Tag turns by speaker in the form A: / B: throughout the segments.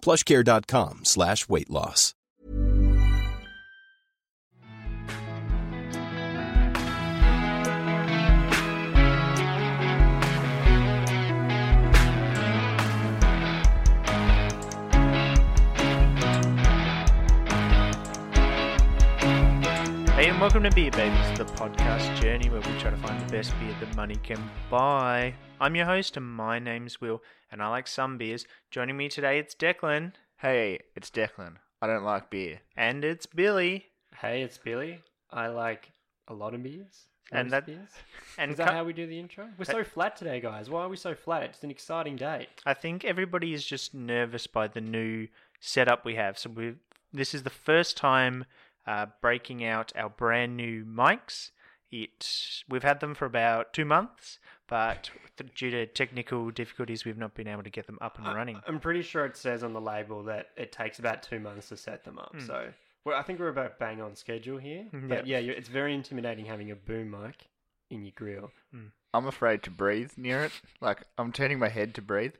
A: Plushcare.com slash weight loss.
B: Hey, and welcome to Beer Babies, the podcast journey where we try to find the best beer that money can buy. I'm your host, and my name's Will, and I like some beers. Joining me today, it's Declan,
C: Hey, it's Declan. I don't like beer.
B: and it's Billy.
D: Hey, it's Billy. I like a lot of beers.
B: And
D: most
B: that-
D: beers.
B: and
D: is that
B: cu-
D: how we do the intro? We're
B: Hey-
D: so flat today, guys. Why are we so flat? It's an exciting day.
B: I think everybody is just nervous by the new setup we have. So we this is the first time uh, breaking out our brand new mics. It we've had them for about two months, but th- due to technical difficulties, we've not been able to get them up and running.
D: I'm pretty sure it says on the label that it takes about two months to set them up. So well, I think we're about bang on schedule here.
B: Hmm. Mm,
D: But
B: yeah.
D: yeah, you it's very intimidating having a boom mic in your grill.
C: I'm afraid to breathe near it. Like, I'm turning my head to breathe.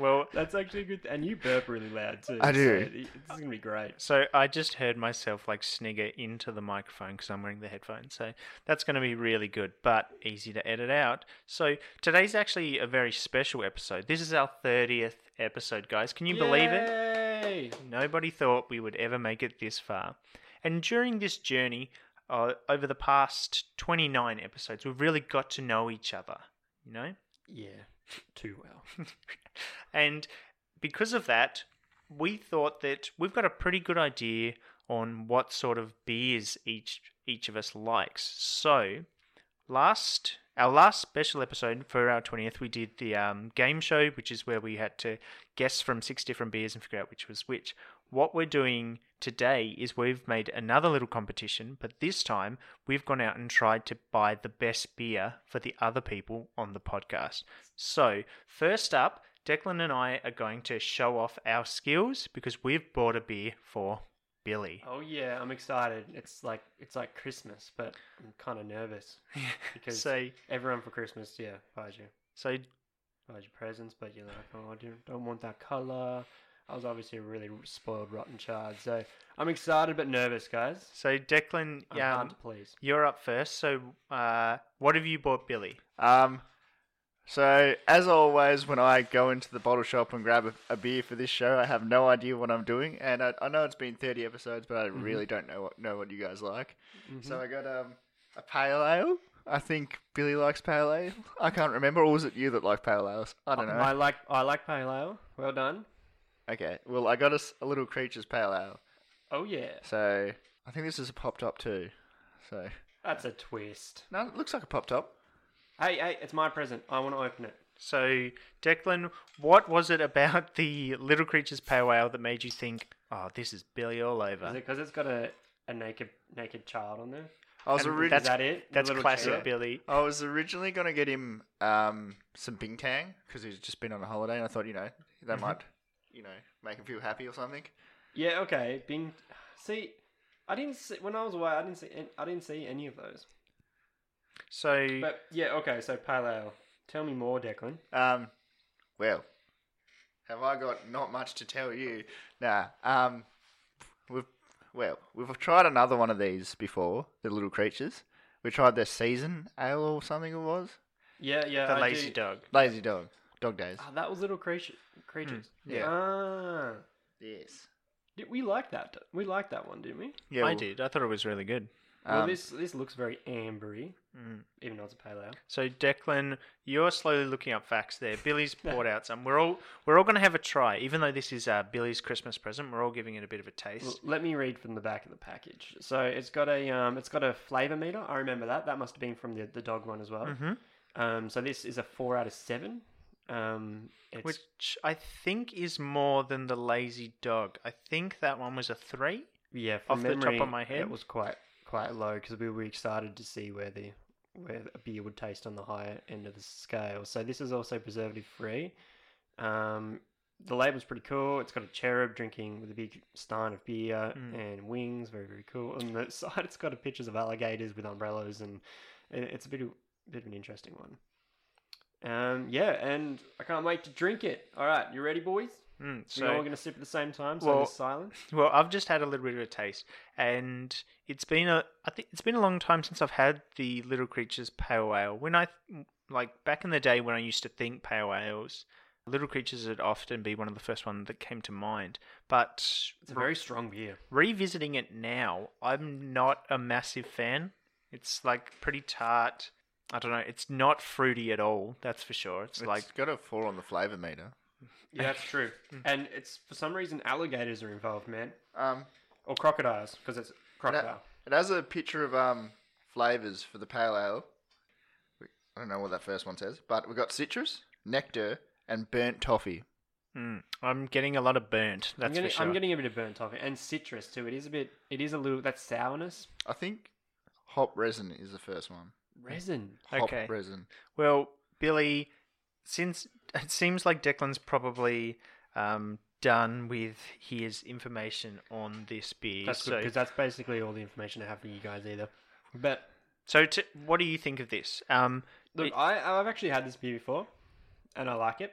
B: well,
D: That's actually a good. And you burp really loud too.
C: I
D: so
C: do.
D: it- it's gonna be great.
B: So I just heard myself like snigger into the microphone because I'm wearing the headphones. So that's going to be really good, but easy to edit out. So today's actually a very special episode. This is our 30th episode, guys. Can you believe it?
D: Yay!
B: Nobody thought we would ever make it this far. And during this journey, uh, over the past 29 episodes, we've really got to know each other, you know?
D: Yeah, too well.
B: and because of that, we thought that we've got a pretty good idea on what sort of beers each each of us likes. So, last our last special episode for our 20th we did the um, game show which is where we had to guess from six different beers and figure out which was which what we're doing today is we've made another little competition but this time we've gone out and tried to buy the best beer for the other people on the podcast so first up declan and i are going to show off our skills because we've bought a beer for billy
D: Oh yeah, I'm excited. It's like it's like Christmas, but I'm kind of nervous because
B: so
D: everyone for Christmas, yeah, buys you
B: so
D: buys you presents, but you're like, oh, I don't, don't want that color. I was obviously a really spoiled rotten child, so I'm excited but nervous, guys.
B: so declan um,
D: I'm
B: yeah
D: hard to please.
B: You're up first. So, uh, what have you bought, Billy? Uh,
C: Um, so, as always, when I go into the bottle shop and grab a, a beer for this show, I have no idea what I'm doing. And I, I know it's been 30 episodes, but I
B: Mm-hmm.
C: really don't know what, know what you guys like. So, I got um, a pale ale. I think Billy likes pale ale. I can't remember. Or was it you that like pale ales? I
B: Uh,
C: don't know.
D: I like I like pale ale. Well done.
C: Okay, well, I got us a little creature's pale ale.
D: Oh yeah,
C: So, I think this is a popped up too. So,
D: that's a twist.
C: no, it looks like a popped up.
D: Hey hey, it's my present. I want to open it.
B: So, Declan, what was it about the Little Creatures Pale Ale that made you think, oh, this is Billy all over?
D: Is it because it's got a, a naked naked child on there?
C: I was,
B: And
C: ori-
B: that's,
D: Is that it? The
B: That's
D: little
B: classic
D: cherub?
B: Billy.
C: I was originally going to get him um, some Bintang because he's just been on a holiday, and I thought, you know,
B: Mm-hmm.
C: that might, you know, make him feel happy or something.
D: Yeah, okay. Bing. See, I didn't see when I was away. I didn't see. an- I didn't see any of those.
B: So,
D: But yeah, okay. So pale ale. Tell me more, Declan.
C: Um, well, have I got not much to tell you? Nah. Um, we've well, we've tried another one of these before, the little creatures. We tried their season ale or something it was.
D: Yeah, yeah.
B: the
D: uh, I
B: Lazy
D: do-
B: Dog.
C: Lazy
B: Uh,
C: dog. Dog days.
B: Mm,
D: Ah, that was little creature creatures.
C: yeah.
D: Ah,
C: Yes.
D: Did, we liked that. We liked that one, didn't we?
C: Yeah,
B: I
C: well,
B: did. I thought it was really good.
D: well,
C: um,
D: this this looks very ambery,
B: Mm.
D: even though it's a pale ale.
B: So Declan, you're slowly looking up facts there. Billy's poured out some. We're all we're all going to have a try, even though this is uh, Billy's Christmas present. We're all giving it a bit of a taste.
D: L- Let me read from the back of the package. So it's got a um, it's got a flavor meter. I remember that. That must have been from the, the dog one as well.
B: Mm-hmm.
D: Um, so this is a four out of seven. Um, it's,
B: Which I think is more than the lazy dog. I think that one was a three.
D: yeah, from
B: off the top of
D: memory,
B: my
D: it
B: head.
D: was quite quite low because we were excited to see where the where a beer would taste on the higher end of the scale. So this is also preservative free. Um, the label's pretty cool. It's got a cherub drinking with a big stein of beer
B: Hmm.
D: and wings. Very very cool. On the side, it's got a pictures of alligators with umbrellas, and it- it's a bit of, bit of an interesting one. Um, yeah, and I can't wait to drink it. All right, you ready, boys?
B: Mm,
D: So we're all
B: so
D: going to sip at the same time. So
B: Well-
D: there's silence.
B: well, I've just had a little bit of a taste, and it's been a I think it's been a long time since I've had the Little Creatures Pale Ale. When I like back in the day when I used to think pale ales, Little Creatures would often be one of the first one that came to mind. But
D: It's a very strong beer.
B: revisiting it now, I'm not a massive fan. It's like pretty tart. I don't know. It's not fruity at all. That's for sure. It's,
C: it's
B: like
C: got a four on the flavor meter.
D: Yeah, that's true.
B: Mm.
D: and it's for some reason alligators are involved, man,
C: Um,
D: or crocodiles because it's
C: it,
D: crocodile.
C: ha- it has a picture of um flavors for the pale ale. We- I don't know what that first one says, but we've got citrus, nectar, and burnt toffee.
B: mm, I'm getting a lot of burnt. That's
D: I'm getting,
B: for sure.
D: I'm getting a bit of burnt toffee and citrus too. It is a bit. It is a little. That sourness,
C: I think hop resin is the first one.
D: resin.
C: Hop
B: Okay.
C: resin.
B: Well, Billy, since it seems like Declan's probably um, done with his information on this beer,
D: That's good
B: so
D: because that's basically all the information I have for you guys either. But
B: so t- what do you think of this? Um,
D: look,
B: it-
D: I I've actually had this beer before, and I like it.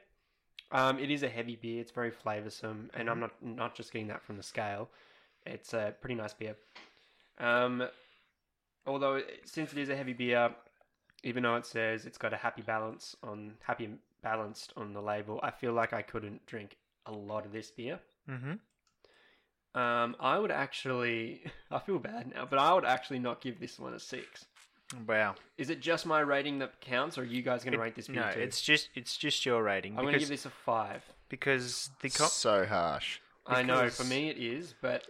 D: Um, it is a heavy beer. It's very flavoursome,
B: Mm-hmm.
D: and I'm not not just getting that from the scale. It's a pretty nice beer. Um, although it- since it is a heavy beer, even though it says it's got a happy balance on happy balanced on the label, I feel like I couldn't drink a lot of this beer.
B: mhm.
D: Um, I would actually, I feel bad now, but I would actually not give this one a six.
B: Wow,
D: Is it just my rating that counts, or are you guys going to
B: It-
D: rate this beer
B: no,
D: too?
B: it's just it's just your rating.
D: I'm going to
B: because-
D: give this a five.
B: because the co-
C: so harsh.
D: I know for
B: because-
D: me it is, but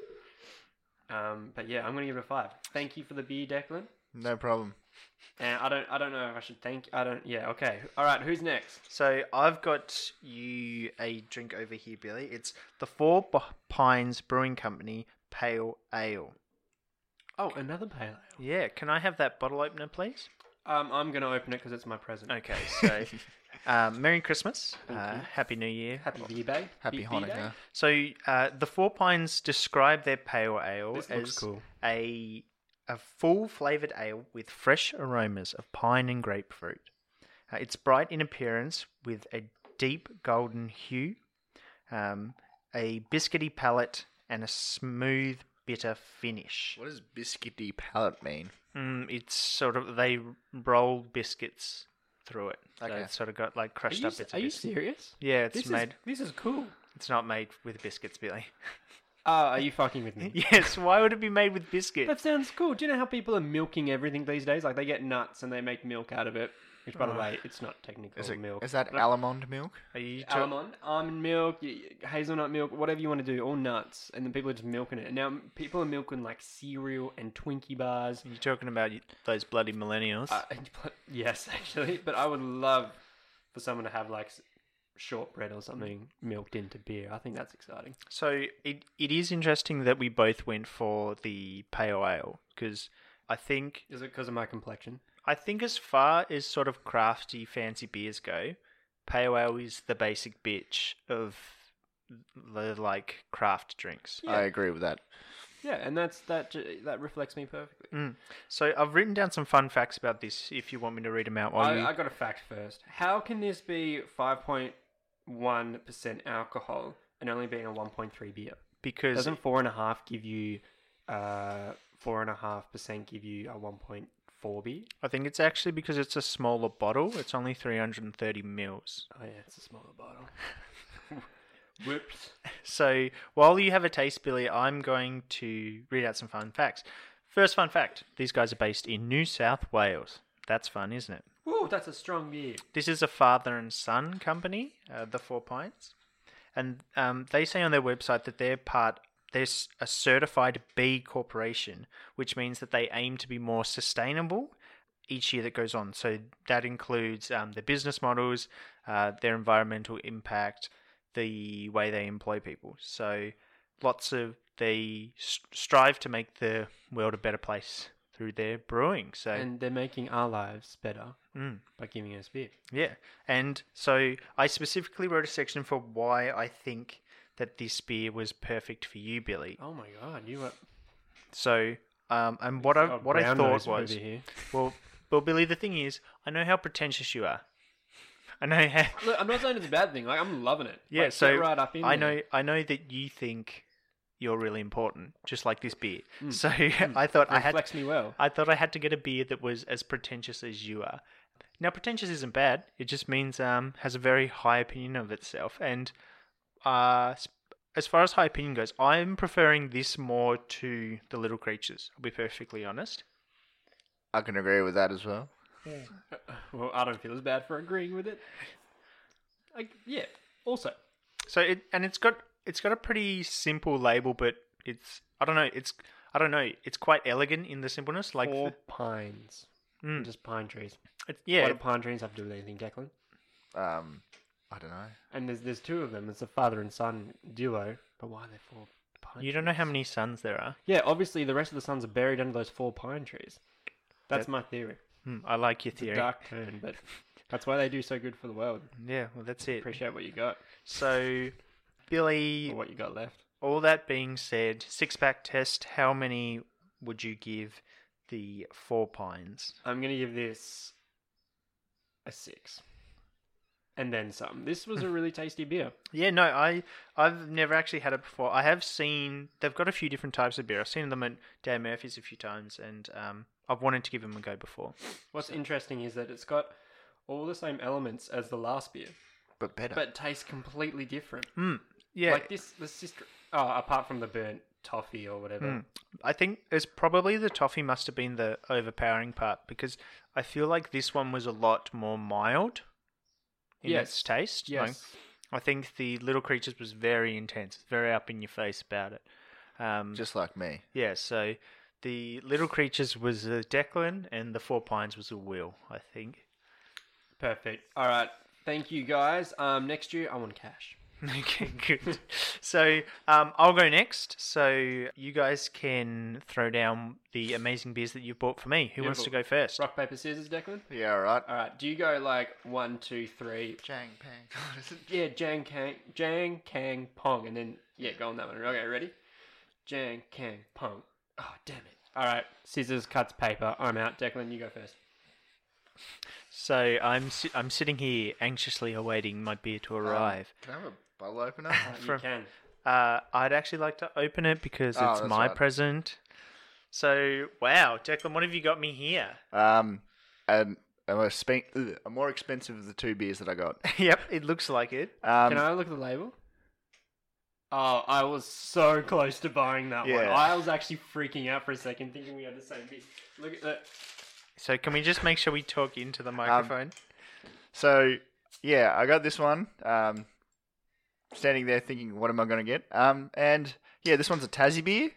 D: um, but yeah, I'm going to give it a five. Thank you for the beer, Declan.
C: No problem.
D: And I don't, I don't know if I should thank. I don't. Yeah. Okay. All right. Who's next?
B: So I've got you a drink over here, Billy. It's the Four P- Pines Brewing Company Pale Ale.
D: Oh, another pale ale.
B: Yeah, can I have that bottle opener, please?
D: Um, I'm going to open it because it's my present.
B: Okay, so um, Merry Christmas, uh, Happy New Year.
D: Happy beer day.
C: Happy
D: Beer- beer day.
C: Hanukkah.
B: So uh, the Four Pines describe their pale ale
D: This looks
B: as
D: cool.
B: a a full flavored ale with fresh aromas of pine and grapefruit. Uh, it's bright in appearance with a deep golden hue, um, a biscuity palate, and a smooth bitter finish.
C: What does biscuity palate mean?
B: Mm, it's sort of they roll biscuits through it. So
C: Okay.
B: it's sort of got like
D: Are
B: crushed
D: you,
B: up bits
D: are
B: of
D: you
B: biscuit.
D: serious?
B: Yeah, it's
D: This is,
B: made.
D: this is cool.
B: It's not made with biscuits, Billy.
D: Uh, are you fucking with me?
B: yes, why would it be made with biscuits?
D: That sounds cool. Do you know how people are milking everything these days? Like they get nuts and they make milk out of it. Which,
B: Uh,
D: by the way, it's not technically
C: Is, it,
D: milk.
C: is that almond milk?
B: Are you ta-
D: almond, almond milk, y- y- hazelnut milk, whatever you want to do, all nuts, and then people are just milking it. Now people are milking like cereal and Twinkie bars.
B: you talking about you- those bloody millennials?
D: Uh, yes, actually, but I would love for someone to have like s- shortbread or something milked into beer. I think that's exciting.
B: so it it is interesting that we both went for the pale ale because I think
D: Is it because of my complexion?
B: I think as far as sort of crafty fancy beers go, pale ale is the basic bitch of the like craft drinks. Uh,
D: Yeah.
C: I agree with that.
D: Yeah, and that's that. j- That reflects me perfectly.
B: Mm. So I've written down some fun facts about this. If you want me to read them out, while
D: I,
B: you
D: I got a fact first. How can this be 5.1% alcohol and only being a 1.3 beer?
B: because
D: Doesn't four and a half give you uh four and a half percent give you a 1.4 beer?
B: I think it's actually because it's a smaller bottle. It's only three hundred and thirty mils.
D: Oh yeah, it's a smaller bottle. Whoops.
B: So while you have a taste, Billy, I'm going to read out some fun facts. First fun fact: these guys are based in New South Wales. That's fun, isn't it?
D: Whoa, that's a strong beer.
B: This is a father and son company, uh, the Four Pines, and um, they say on their website that they're part they're s- a certified B corporation, which means that they aim to be more sustainable each year that goes on. So that includes um, their business models, uh, their environmental impact, the way they employ people. So lots of they s- strive to make the world a better place through their brewing. So
D: And they're making our lives better
B: mm.
D: by giving us beer.
B: Yeah. And so I specifically wrote a section for why I think that this beer was perfect for you, Billy.
D: Oh my god, you were
B: So, um, and what I
D: God,
B: what I
D: brown
B: thought
D: nose over
B: was,
D: here.
B: well, well, Billy, the thing is, I know how pretentious you are. I know how.
D: Look, I'm not saying it's a bad thing. Like I'm loving it.
B: Yeah.
D: Like, get
B: so
D: right up in
B: I
D: there.
B: know. I know that you think you're really important, just like this beer.
D: Hmm.
B: So I thought I
D: It
B: had
D: reflects me well.
B: I thought I had to get a beer that was as pretentious as you are. Now, pretentious isn't bad. It just means um, has a very high opinion of itself. And uh, s- as far as high opinion goes, I'm preferring this more to the little creatures. I'll be perfectly honest.
C: I can agree with that as well.
D: Well, I don't feel as bad for agreeing with it. Like yeah. Also,
B: So it and it's got it's got a pretty simple label, but it's I don't know. It's I don't know. It's quite elegant in the simpleness. Like
D: four
B: the-
D: pines,
B: Mm.
D: just pine trees.
B: it's-
D: Why
B: yeah,
D: do pine trees have to do with anything, Declan?
C: Um, I don't know.
D: And there's there's two of them. It's a father and son duo. But why are there four pine?
B: you don't know how
D: trees?
B: many sons there are.
D: Yeah, obviously the rest of the sons are buried under those four pine trees. That's my theory.
B: Hmm, I like your
D: It's a
B: theory.
D: dark turn, but that's why they do so good for the world.
B: Yeah, well that's it.
D: Appreciate Oh, what you got
B: So, Billy,
D: or what you got left.
B: All that being said, six pack test, how many would you give the four pines?
D: I'm gonna give this a six, and then some. This was a really tasty beer.
B: Yeah, no, I I've never actually had it before. I have seen they've got a few different types of beer. I've seen them at Dan Murphy's a few times and um I've wanted to give them a go before.
D: What's interesting is that it's got all the same elements as the last beer,
C: But better.
D: but tastes completely different.
B: Mm, yeah.
D: Like this, the sister. Oh, apart from the burnt toffee or whatever.
B: Mm. I think it's probably the toffee must have been the overpowering part because I feel like this one was a lot more mild in
D: Yes.
B: its taste. Like,
D: Yes.
B: I think the little creatures was very intense, very up in your face about it. Um,
C: Just like me.
B: yeah, so the little creatures was a Declan and the four pines was a will, I think.
D: Perfect. All right. Thank you guys. Um, next year I want cash.
B: Okay, good. so um, I'll go next. So you guys can throw down the amazing beers that you've bought for me. Who wants to go
D: Beautiful.
B: first?
D: Rock paper scissors, Declan.
C: Yeah, all right.
D: All right. Do you go like one, two, three?
C: Jang pang.
D: Yeah, Jang Kang, Jang Kang Pong, and then yeah, go on that one. Okay, ready? Jang Kang Pong. Oh, damn it! All right, scissors cuts paper. I'm out. Declan, you go first.
B: So I'm si- I'm sitting here anxiously awaiting my beer
C: Oh.
B: to arrive.
C: Um, Can I have a bottle opener?
D: Uh, you
B: From-
D: can.
B: Uh, I'd actually like to open it because
C: Oh,
B: it's
C: that's
B: my
C: right.
B: present. So wow, Declan, what have you got me here?
C: um, and a more, spe- ugh, a more expensive of the two beers that I got.
B: yep, it looks like it.
C: Um,
D: Can I look at the label? Oh, I was so close to buying that one.
C: Yeah.
D: I was actually freaking out for a second, thinking we had the same thing. Look at that.
B: So can we just make sure we talk into
C: Um,
B: the microphone?
C: So yeah, I got this one. Um, standing there thinking, what am I going to get? Um, and yeah, this one's a Tassie beer.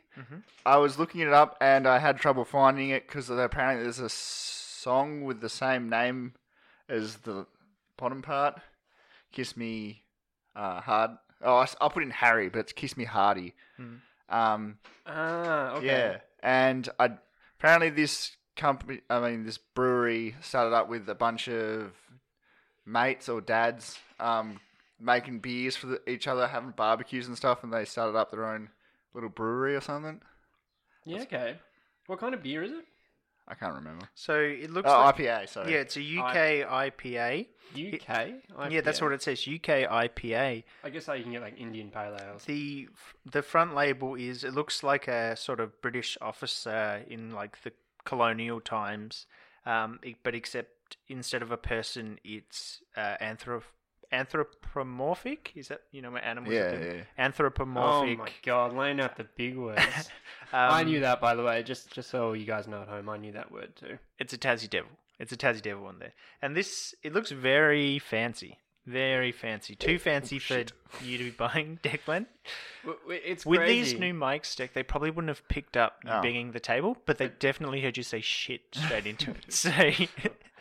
C: I was looking it up and I had trouble finding it because apparently there's a song with the same name as the bottom part. Kiss me uh, hard. Oh, I s- I'll put in Harry, but it's Kiss Me Hardy. Um,
D: Ah, okay.
C: yeah, and I apparently this company, I mean this brewery, started up with a bunch of mates or dads um, making beers for the, each other, having barbecues and stuff, and they started up their own little brewery or something.
D: Yeah, okay. What kind of beer is it?
C: I can't remember.
B: So it looks
C: Oh,
B: like
C: IPA. Sorry.
B: yeah, it's a UK IPA.
D: UK?
B: Yeah, that's what it says. UK IPA.
D: I guess how you can get like Indian pale ales.
B: The the front label is it looks like a sort of British officer in like the colonial times, um, e- but except instead of a person, it's uh, anthrop anthropomorphic. Is that you know where animals?
C: Yeah,
B: are doing-
C: yeah.
D: Oh
B: Anthropomorphic.
D: my god, laying out the big words. I
B: Um,
D: knew that, by the way. Just just so you guys know at home, I knew that word too.
B: It's a Tassie Devil. It's a Tassie Devil on there. And this, it looks very fancy. Very fancy.
C: Oh,
B: Too fancy for you to be buying, Declan.
D: It's
B: With these new mics, Deck, they probably wouldn't have picked up you
C: No.
B: banging the table, but they definitely heard you say shit straight into it. So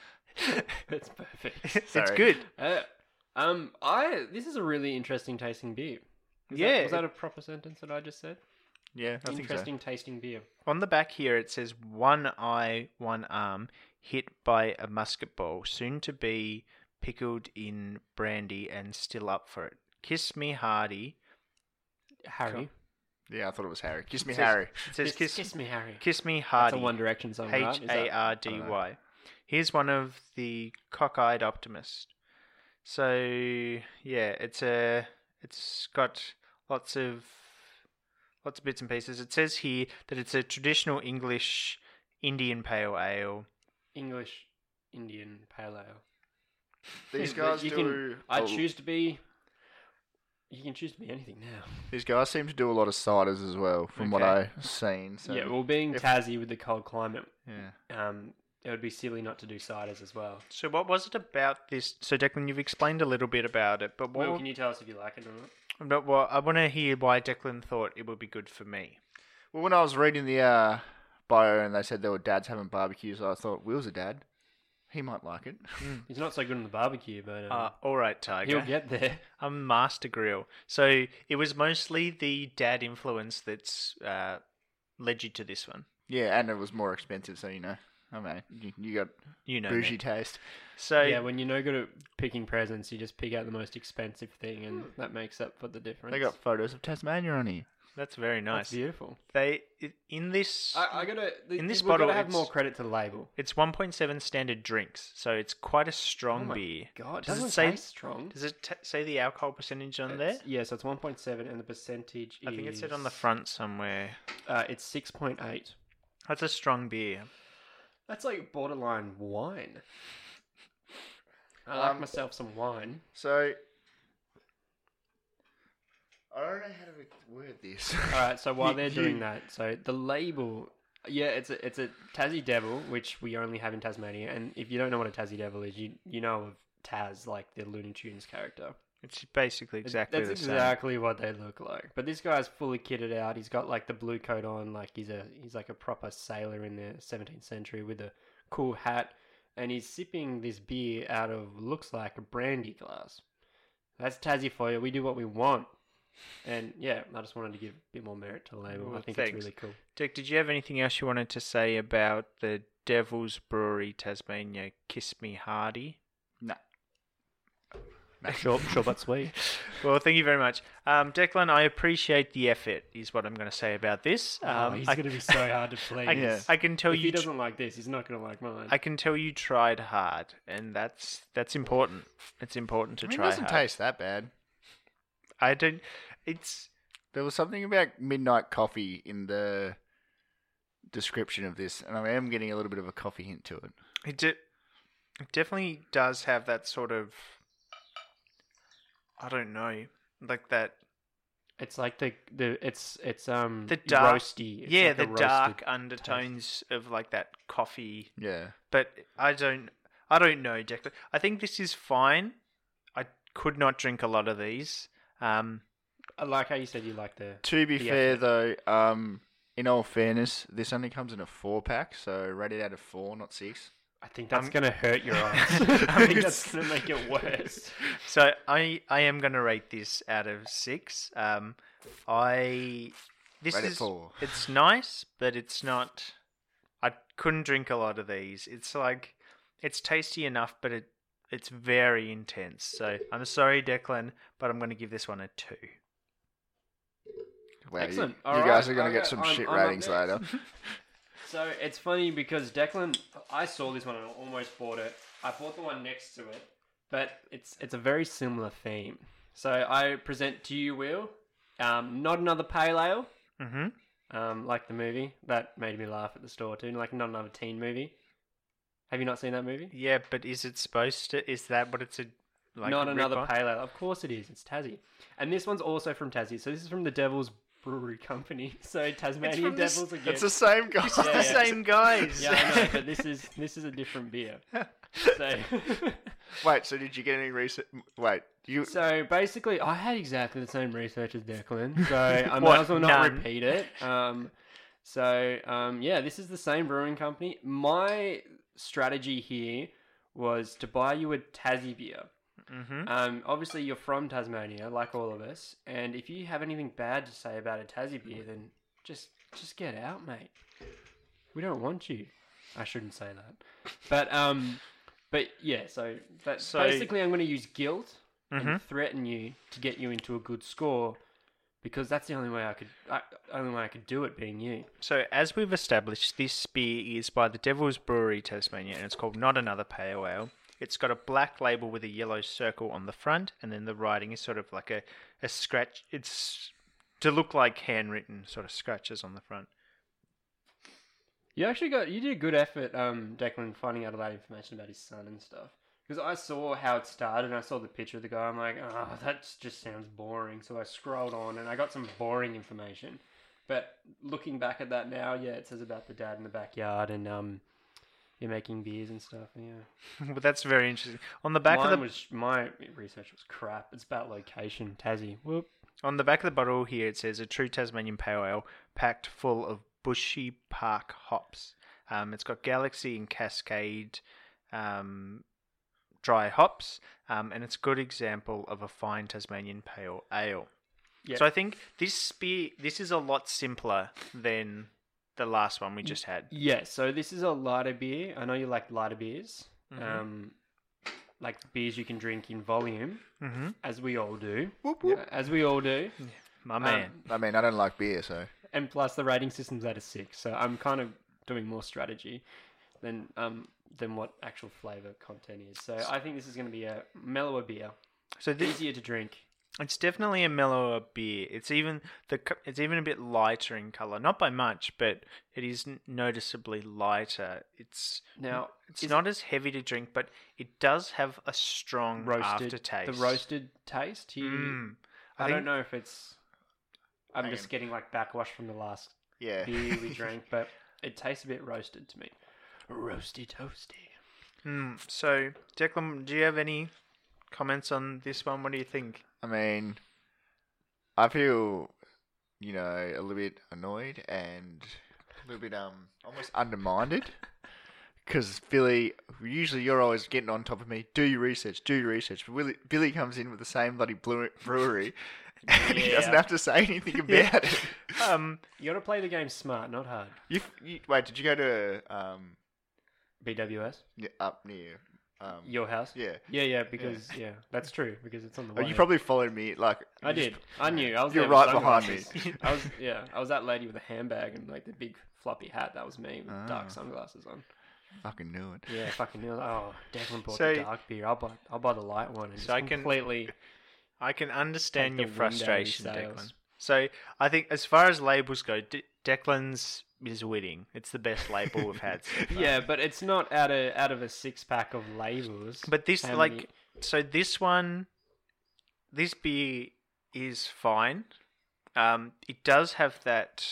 D: It's perfect.
B: it's
C: Sorry.
B: good.
D: Uh, um, I this is a really interesting tasting beer. Was
B: Yeah.
D: that, was that a proper sentence that I just said?
C: Yeah, I think so.
D: interesting tasting beer.
B: On the back here, it says one eye, one arm, hit by a musket ball, soon to be pickled in brandy and still up for it. Kiss me, Hardy.
D: Harry,
C: Yeah, I thought it was Harry. Kiss me,
B: It says-
C: Harry.
B: It says kiss, kiss,
D: kiss me, Harry.
B: me,
D: That's
B: Hardy.
D: a One Direction song, right?
B: H
D: Is that-
B: A R D Y. Here's one of the cockeyed optimist. So yeah, it's a it's got lots of lots of bits and pieces. It says here that it's a traditional English Indian pale ale.
D: English Indian Pale Ale.
C: These
D: Yeah,
C: guys
D: you
C: do.
D: Can, I
C: a-
D: choose to be. You can choose to be anything now.
C: These guys seem to do a lot of ciders as well, from what
B: Okay.
C: I've seen. So
D: yeah, well, being
C: if-
D: Tassie with the cold climate,
C: yeah.
D: um, it would be silly not to do ciders as well.
B: So what was it about this? So Declan, you've explained a little bit about it, but what?
D: Will, can you tell us if you like it or not?
B: no, well, I want to hear why Declan thought it would be good for me.
C: Well, when I was reading the uh, bio and they said there were dads having barbecues, I thought Will's a dad. He might like it.
B: Hmm.
D: He's not so good on the barbecue, but um,
B: Uh, all right, Tiger.
D: he'll get there.
B: I'm master grill. So it was mostly the dad influence that's uh, led you to this one.
C: yeah, and it was more expensive, so you know. I mean, you, you got
B: You know, me.
C: bougie taste.
B: so
D: yeah, when you're no good at picking presents, you just pick out the most expensive thing, and
B: Hmm.
D: that makes up for the difference.
C: They got photos of Tasmania on here.
B: that's very nice.
D: That's beautiful.
B: They i- in this
D: I, I gotta. The,
B: In this
D: we've gotta
B: bottle,
D: have more
B: it's-
D: credit to the label.
B: it's 1.7 standard drinks, so it's quite a strong
D: Oh my
B: beer.
D: God,
B: does
D: doesn't
B: it say
D: taste strong.
B: does it t- say the alcohol percentage on there?
D: It's- Yeah, so it's 1.7, and the percentage.
B: I think it said on the
D: is,
B: front somewhere.
D: Uh, it's 6.8.
B: That's a strong beer.
D: That's like borderline wine. I like
C: Um,
D: myself some wine.
C: So I don't know how to word this.
D: All right, so while
C: You-
D: they're
C: you-
D: doing that, so the label, yeah, it's a it's a Tassie Devil, which we only have in Tasmania. And if you don't know what a Tassie Devil is, you you know of Taz, like the Looney Tunes character.
B: It's basically exactly
D: That's
B: the
D: exactly what they look like. But this guy's fully kitted out. He's got like the blue coat on, like he's a he's like a proper sailor in the 17th century with a cool hat, and he's sipping this beer out of looks like a brandy glass. That's Tassie for you. We do what we want. And yeah, I just wanted to give a bit more merit to the label.
B: Well,
D: I think
B: thanks.
D: it's really cool.
B: same. Dick, did you have anything else you wanted to say about the Devil's Brewery Tasmania Kiss Me Hardy?
C: no.
D: Short, short but sweet.
B: Well, thank you very much, um, Declan. I appreciate the effort. Is what I'm going to say about this. Um,
D: Oh, he's
B: I,
D: gonna be so hard to please.
B: I,
C: Yeah.
B: I can tell
D: if
B: you.
D: he
B: tr-
D: doesn't like this, he's not gonna like mine.
B: I can tell you tried hard, and that's that's important. It's important to
C: I mean,
B: try
C: it doesn't
B: hard.
C: taste that bad.
B: I don't. It's
C: There was something about midnight coffee in the description of this, and I am getting a little bit of a coffee hint to it.
B: it, de- it definitely does have that sort of. I don't know, like that
D: It's like the the it's it's um
B: the dark,
D: roasty. It's
B: yeah,
D: like a
B: the dark
D: roasted taste.
B: undertones of like that coffee
C: Yeah.
B: but I don't I don't know, Declan. I think this is fine. I could not drink a lot of these. Um,
D: I like how you said you like the.
C: To be
D: the
C: fair,
D: effort.
C: though, um, in all fairness, this only comes in a four pack, so rated out of four, not six.
D: I think that's
B: I'm-
D: gonna hurt your eyes. I think that's gonna make it worse.
B: so I I am going to rate this out of six. Um, I this
C: Rate it
B: is
C: four.
B: it's nice, but it's not. I couldn't drink a lot of these. It's like it's tasty enough, but it it's very intense. So I'm sorry, Declan, but I'm going to give this one a two.
C: Wow,
D: Excellent.
C: You,
D: All
C: you guys
D: right,
C: are going
D: I
C: to get
D: got-
C: some
D: I'm-
C: shit
D: I'm up
C: ratings later.
D: next. So it's funny because Declan, I saw this one and I almost bought it. I bought the one next to it, but it's it's a very similar theme. So I present to you, Will, um, not another pale ale,
B: Mm-hmm.
D: um, like the movie that made me laugh at the store too, like not another teen movie. Have you not seen that movie?
B: Yeah, but is it supposed to? Is that what it's a, like
D: Not another
B: Ripper.
D: pale ale. Of course it is. It's Tassie. And this one's also from Tassie. So this is from the Devil's Brewery Company. So
B: It's
D: Tasmanian
B: from this-
D: Devils again.
C: It's the same guy.
B: It's the
D: yeah.
B: same guys.
D: Yeah, I know, but this is this is a different beer. So
C: Wait, so did you get any recent? Wait, you
D: So basically, I had exactly the same research as Declan, so I
B: What?
D: might as well not
B: None.
D: repeat it. Um, so um, yeah, this is the same brewing company. My strategy here was to buy you a Tassie beer.
B: Mhm.
D: Um, obviously, you're from Tasmania, like all of us, and if you have anything bad to say about a Tassie beer, then just just get out, mate. We don't want you. I shouldn't say that, but um, but yeah. So that
B: So-
D: basically, I'm going to use guilt
B: Mhm.
D: and threaten you to get you into a good score because that's the only way I could I, only way I could do it being you.
B: So, as we've established, this beer is by the Devil's Brewery, Tasmania, and it's called Not Another Pale Ale. It's got a black label with a yellow circle on the front, and then the writing is sort of like a, a scratch. It's to look like handwritten sort of scratches on the front.
D: You actually got you did a good effort, um, Declan, finding out all that information about his son and stuff. Because I saw how it started, and I saw the picture of the guy. I'm like, oh, that just sounds boring. So I scrolled on, and I got some boring information. But looking back at that now, yeah, it says about the dad in the backyard and um, you're making beers and stuff. Yeah,
B: but that's very interesting. On the back
D: Mine
B: of the
D: was my research was crap. It's about location, Tassie. Whoop.
B: on the back of the bottle here, it says a true Tasmanian pale ale packed full of bushy park hops. Um, it's got Galaxy and Cascade um, dry hops, um, and it's a good example of a fine Tasmanian pale ale.
D: Yeah.
B: So I think this spear, this is a lot simpler than the last one we just had.
D: Yeah, so this is a lighter beer. I know you like lighter beers,
B: Mm-hmm.
D: um, like beers you can drink in volume,
B: Mm-hmm.
D: as we all do,
C: Whoop, whoop.
D: Yeah, as we all do.
B: My
D: um,
B: man.
C: I mean, I don't like beer, so
D: And plus, the rating system's at a six, so I'm kind of doing more strategy than um than what actual flavor content is. So I think this is going to be a mellower beer,
B: So this,
D: easier to drink.
B: It's definitely a mellower beer. It's even the co- it's even a bit lighter in color, not by much, but it is n- noticeably lighter. It's
D: Now,
B: it's
D: is
B: not as heavy to drink, but it does have a strong
D: roasted
B: aftertaste.
D: the roasted taste. You,
B: Mm.
D: I,
B: think-
D: don't know if it's. I'm
C: Hang
D: just
C: on.
D: getting like backwash from the last
C: yeah.
D: beer we drank, but it tastes a bit roasted to me. Roasty toasty.
B: Mm. So, Declan, do you have any comments on this one? What do you think?
C: I mean, I feel, you know, a little bit annoyed and a little bit um almost undermined because Billy. Usually, you're always getting on top of me. Do your research. Do your research. But Willy, Billy comes in with the same bloody blu- brewery, and he doesn't
D: Yeah.
C: have to say anything about it.
B: Um,
D: You gotta play the game smart, not hard.
C: You, you wait. Did you go to um
D: BWS,
C: ne- up near um?
D: your house.
C: Yeah.
D: yeah, yeah. Because yeah, that's true. Because it's on the.
C: oh,
D: Way.
C: you probably followed me like
D: I
C: you
D: did.
C: just-
D: I knew. I was.
C: You're
D: there with
C: right behind me.
D: sunglasses. I was. Yeah, I was that lady with a handbag and like the big floppy hat. That was me with dark sunglasses on.
C: Fucking knew it.
D: Yeah, fucking knew. Oh, Declan bought
B: So-
D: the dark beer. I'll buy. I'll buy the light one. And
B: So
D: just
B: I can-
D: completely.
B: I can understand
D: Take the
B: your
D: wind out of his
B: frustration,
D: sails.
B: Declan. So I think, as far as labels go, De- Declan's is winning. It's the best label we've had. So far.
D: Yeah, but it's not out of out of a six pack of labels.
B: But this,
D: how
B: like,
D: many-
B: so this one, this beer is fine. Um, it does have that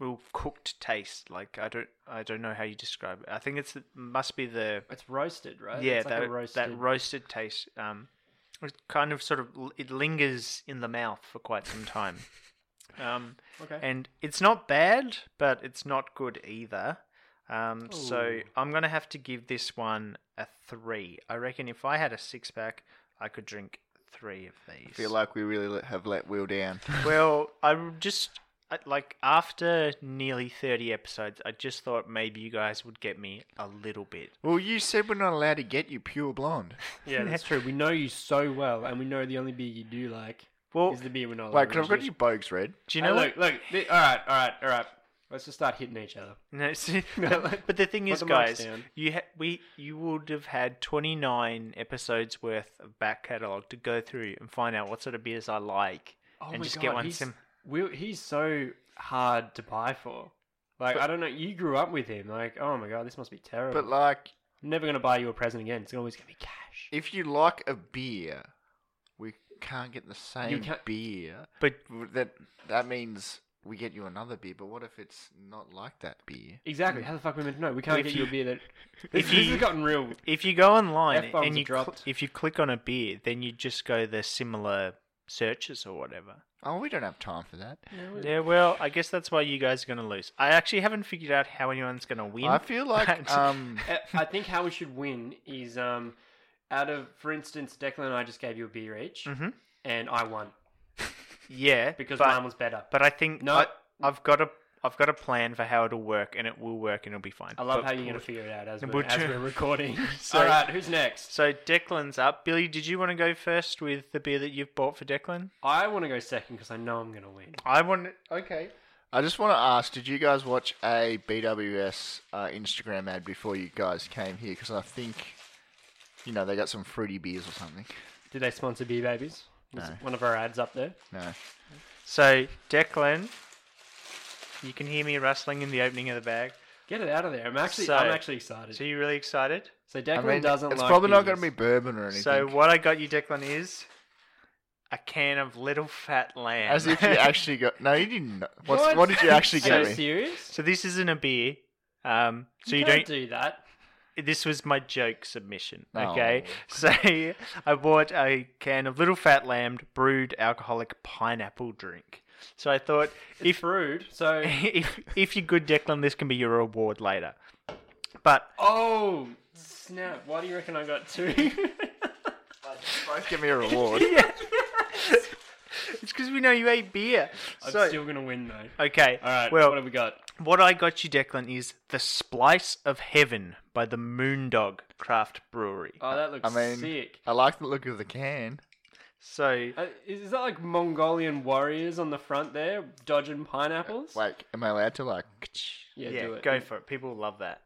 B: well cooked taste. Like I don't, I don't know how you describe it. I think it's must be the
D: it's roasted, right?
B: yeah
D: Uh, it's like
B: that
D: a roasted...
B: that roasted taste. Um, it kind of sort of it lingers in the mouth for quite some time. um,
D: Okay.
B: and it's not bad, but it's not good either. Um, so
D: Ooh.
B: I'm gonna have to give this one a three. I reckon if I had a six pack, I could drink three of these.
C: I feel like we really let- have let Will down.
B: well, I just I- like after nearly 30 episodes, I just thought maybe you guys would get me a little bit.
C: Well, you said we're not allowed to get you pure blonde.
D: Yeah, that's true. We know you so well, and we know the only beer you do like
B: Well,
D: is the beer we're not.
C: Wait,
D: allowed
C: because I've
D: to
C: got you Bogues Red.
B: do you know
D: Hey,
B: what?
D: look, look. th- all right, all right, all right. Let's just start hitting each other.
B: No, see, but, but the thing
D: Put
B: is,
D: the mics
B: guys,
D: down.
B: you ha- we you would have had twenty nine episodes worth of back catalog to go through and find out what sort of beers I like, and just get one.
D: Oh he's,
B: Sim-
D: Will, he's so hard to buy for. Like I don't know. You grew up with him. Like oh my god, this must be terrible.
C: But, like,
D: I'm never going to buy you a present again. It's always going to be cash.
C: If you like a beer, we can't get the same
D: can't-
C: beer.
B: But
C: W- That that means we get you another beer. But what if it's not like that beer?
D: Exactly. How the fuck are we meant to know? We can't
B: If
D: get you a
B: you-
D: beer that. This,
B: you-
D: this has gotten real.
B: if you go online
D: F-bombs
B: and
D: are
B: you cl-
D: dropped.
B: if you click on a beer, then you just go the similar searches or whatever.
C: Oh, we don't have time for that.
B: Yeah, well, I guess that's why you guys are going to lose. I actually haven't figured out how anyone's going to win.
C: I feel like um,
D: Uh, I think how we should win is um, out of, for instance, Declan and I just gave you a beer each,
B: Mhm.
D: and I won
B: yeah,
D: because
B: but,
D: mine was better.
B: But I think
D: No.
B: I, I've got a I've got a plan for how it'll work, and it will work, and it'll be fine.
D: I love
B: But-
D: how you're going to figure it out as
B: But
D: we're, as
B: to-
D: we're recording.
B: So-
D: All right, who's next?
B: So Declan's up. Billy, did you want to go first with the beer that you've bought for Declan?
D: I want to go second because I know I'm going to win.
B: I want. Okay.
C: I just want to ask: Did you guys watch a BWS uh, Instagram ad before you guys came here? Because I think you know they got some fruity beers or something.
D: Did they sponsor Beer Babies? Was one of our ads up there?
C: No.
B: So Declan, you can hear me rustling in the opening of the bag.
D: Get it out of there. I'm actually,
B: So-
D: I'm actually excited.
B: So you really excited?
D: So Declan
C: I mean,
D: doesn't
C: it's
D: like
C: probably not
D: beers.
C: going to be bourbon or anything.
B: So what I got you, Declan, is a can of Little Fat Lamb.
C: As if you actually got. No, you didn't. What's, what? did you actually
D: Are you
C: get me?
D: serious?
B: so this isn't a beer. Um, so you,
D: can't
B: don't.
D: do that.
B: This was my joke submission.
C: Oh.
B: Okay. So I bought a can of Little Fat Lamb brewed alcoholic pineapple drink. So I thought
D: It's
B: if
D: rude. So
B: if if you're good, Declan, this can be your reward later. But
D: oh snap! Why do you reckon I got two?
C: Both give me a reward.
B: it's because we know you ate beer.
D: I'm
B: so
D: still gonna win though.
B: okay,
D: All right.
B: Well,
D: what have we got?
B: what I got you, Declan, is the Splice of Heaven by the Moondog Craft Brewery.
D: Oh, that looks
C: I mean,
D: sick.
C: I like the look of the can.
B: So
D: Uh, Is is that like Mongolian warriors on the front there dodging pineapples?
C: Wait, am I allowed to like?
D: yeah,
B: yeah,
D: do it.
B: go for it. People love that.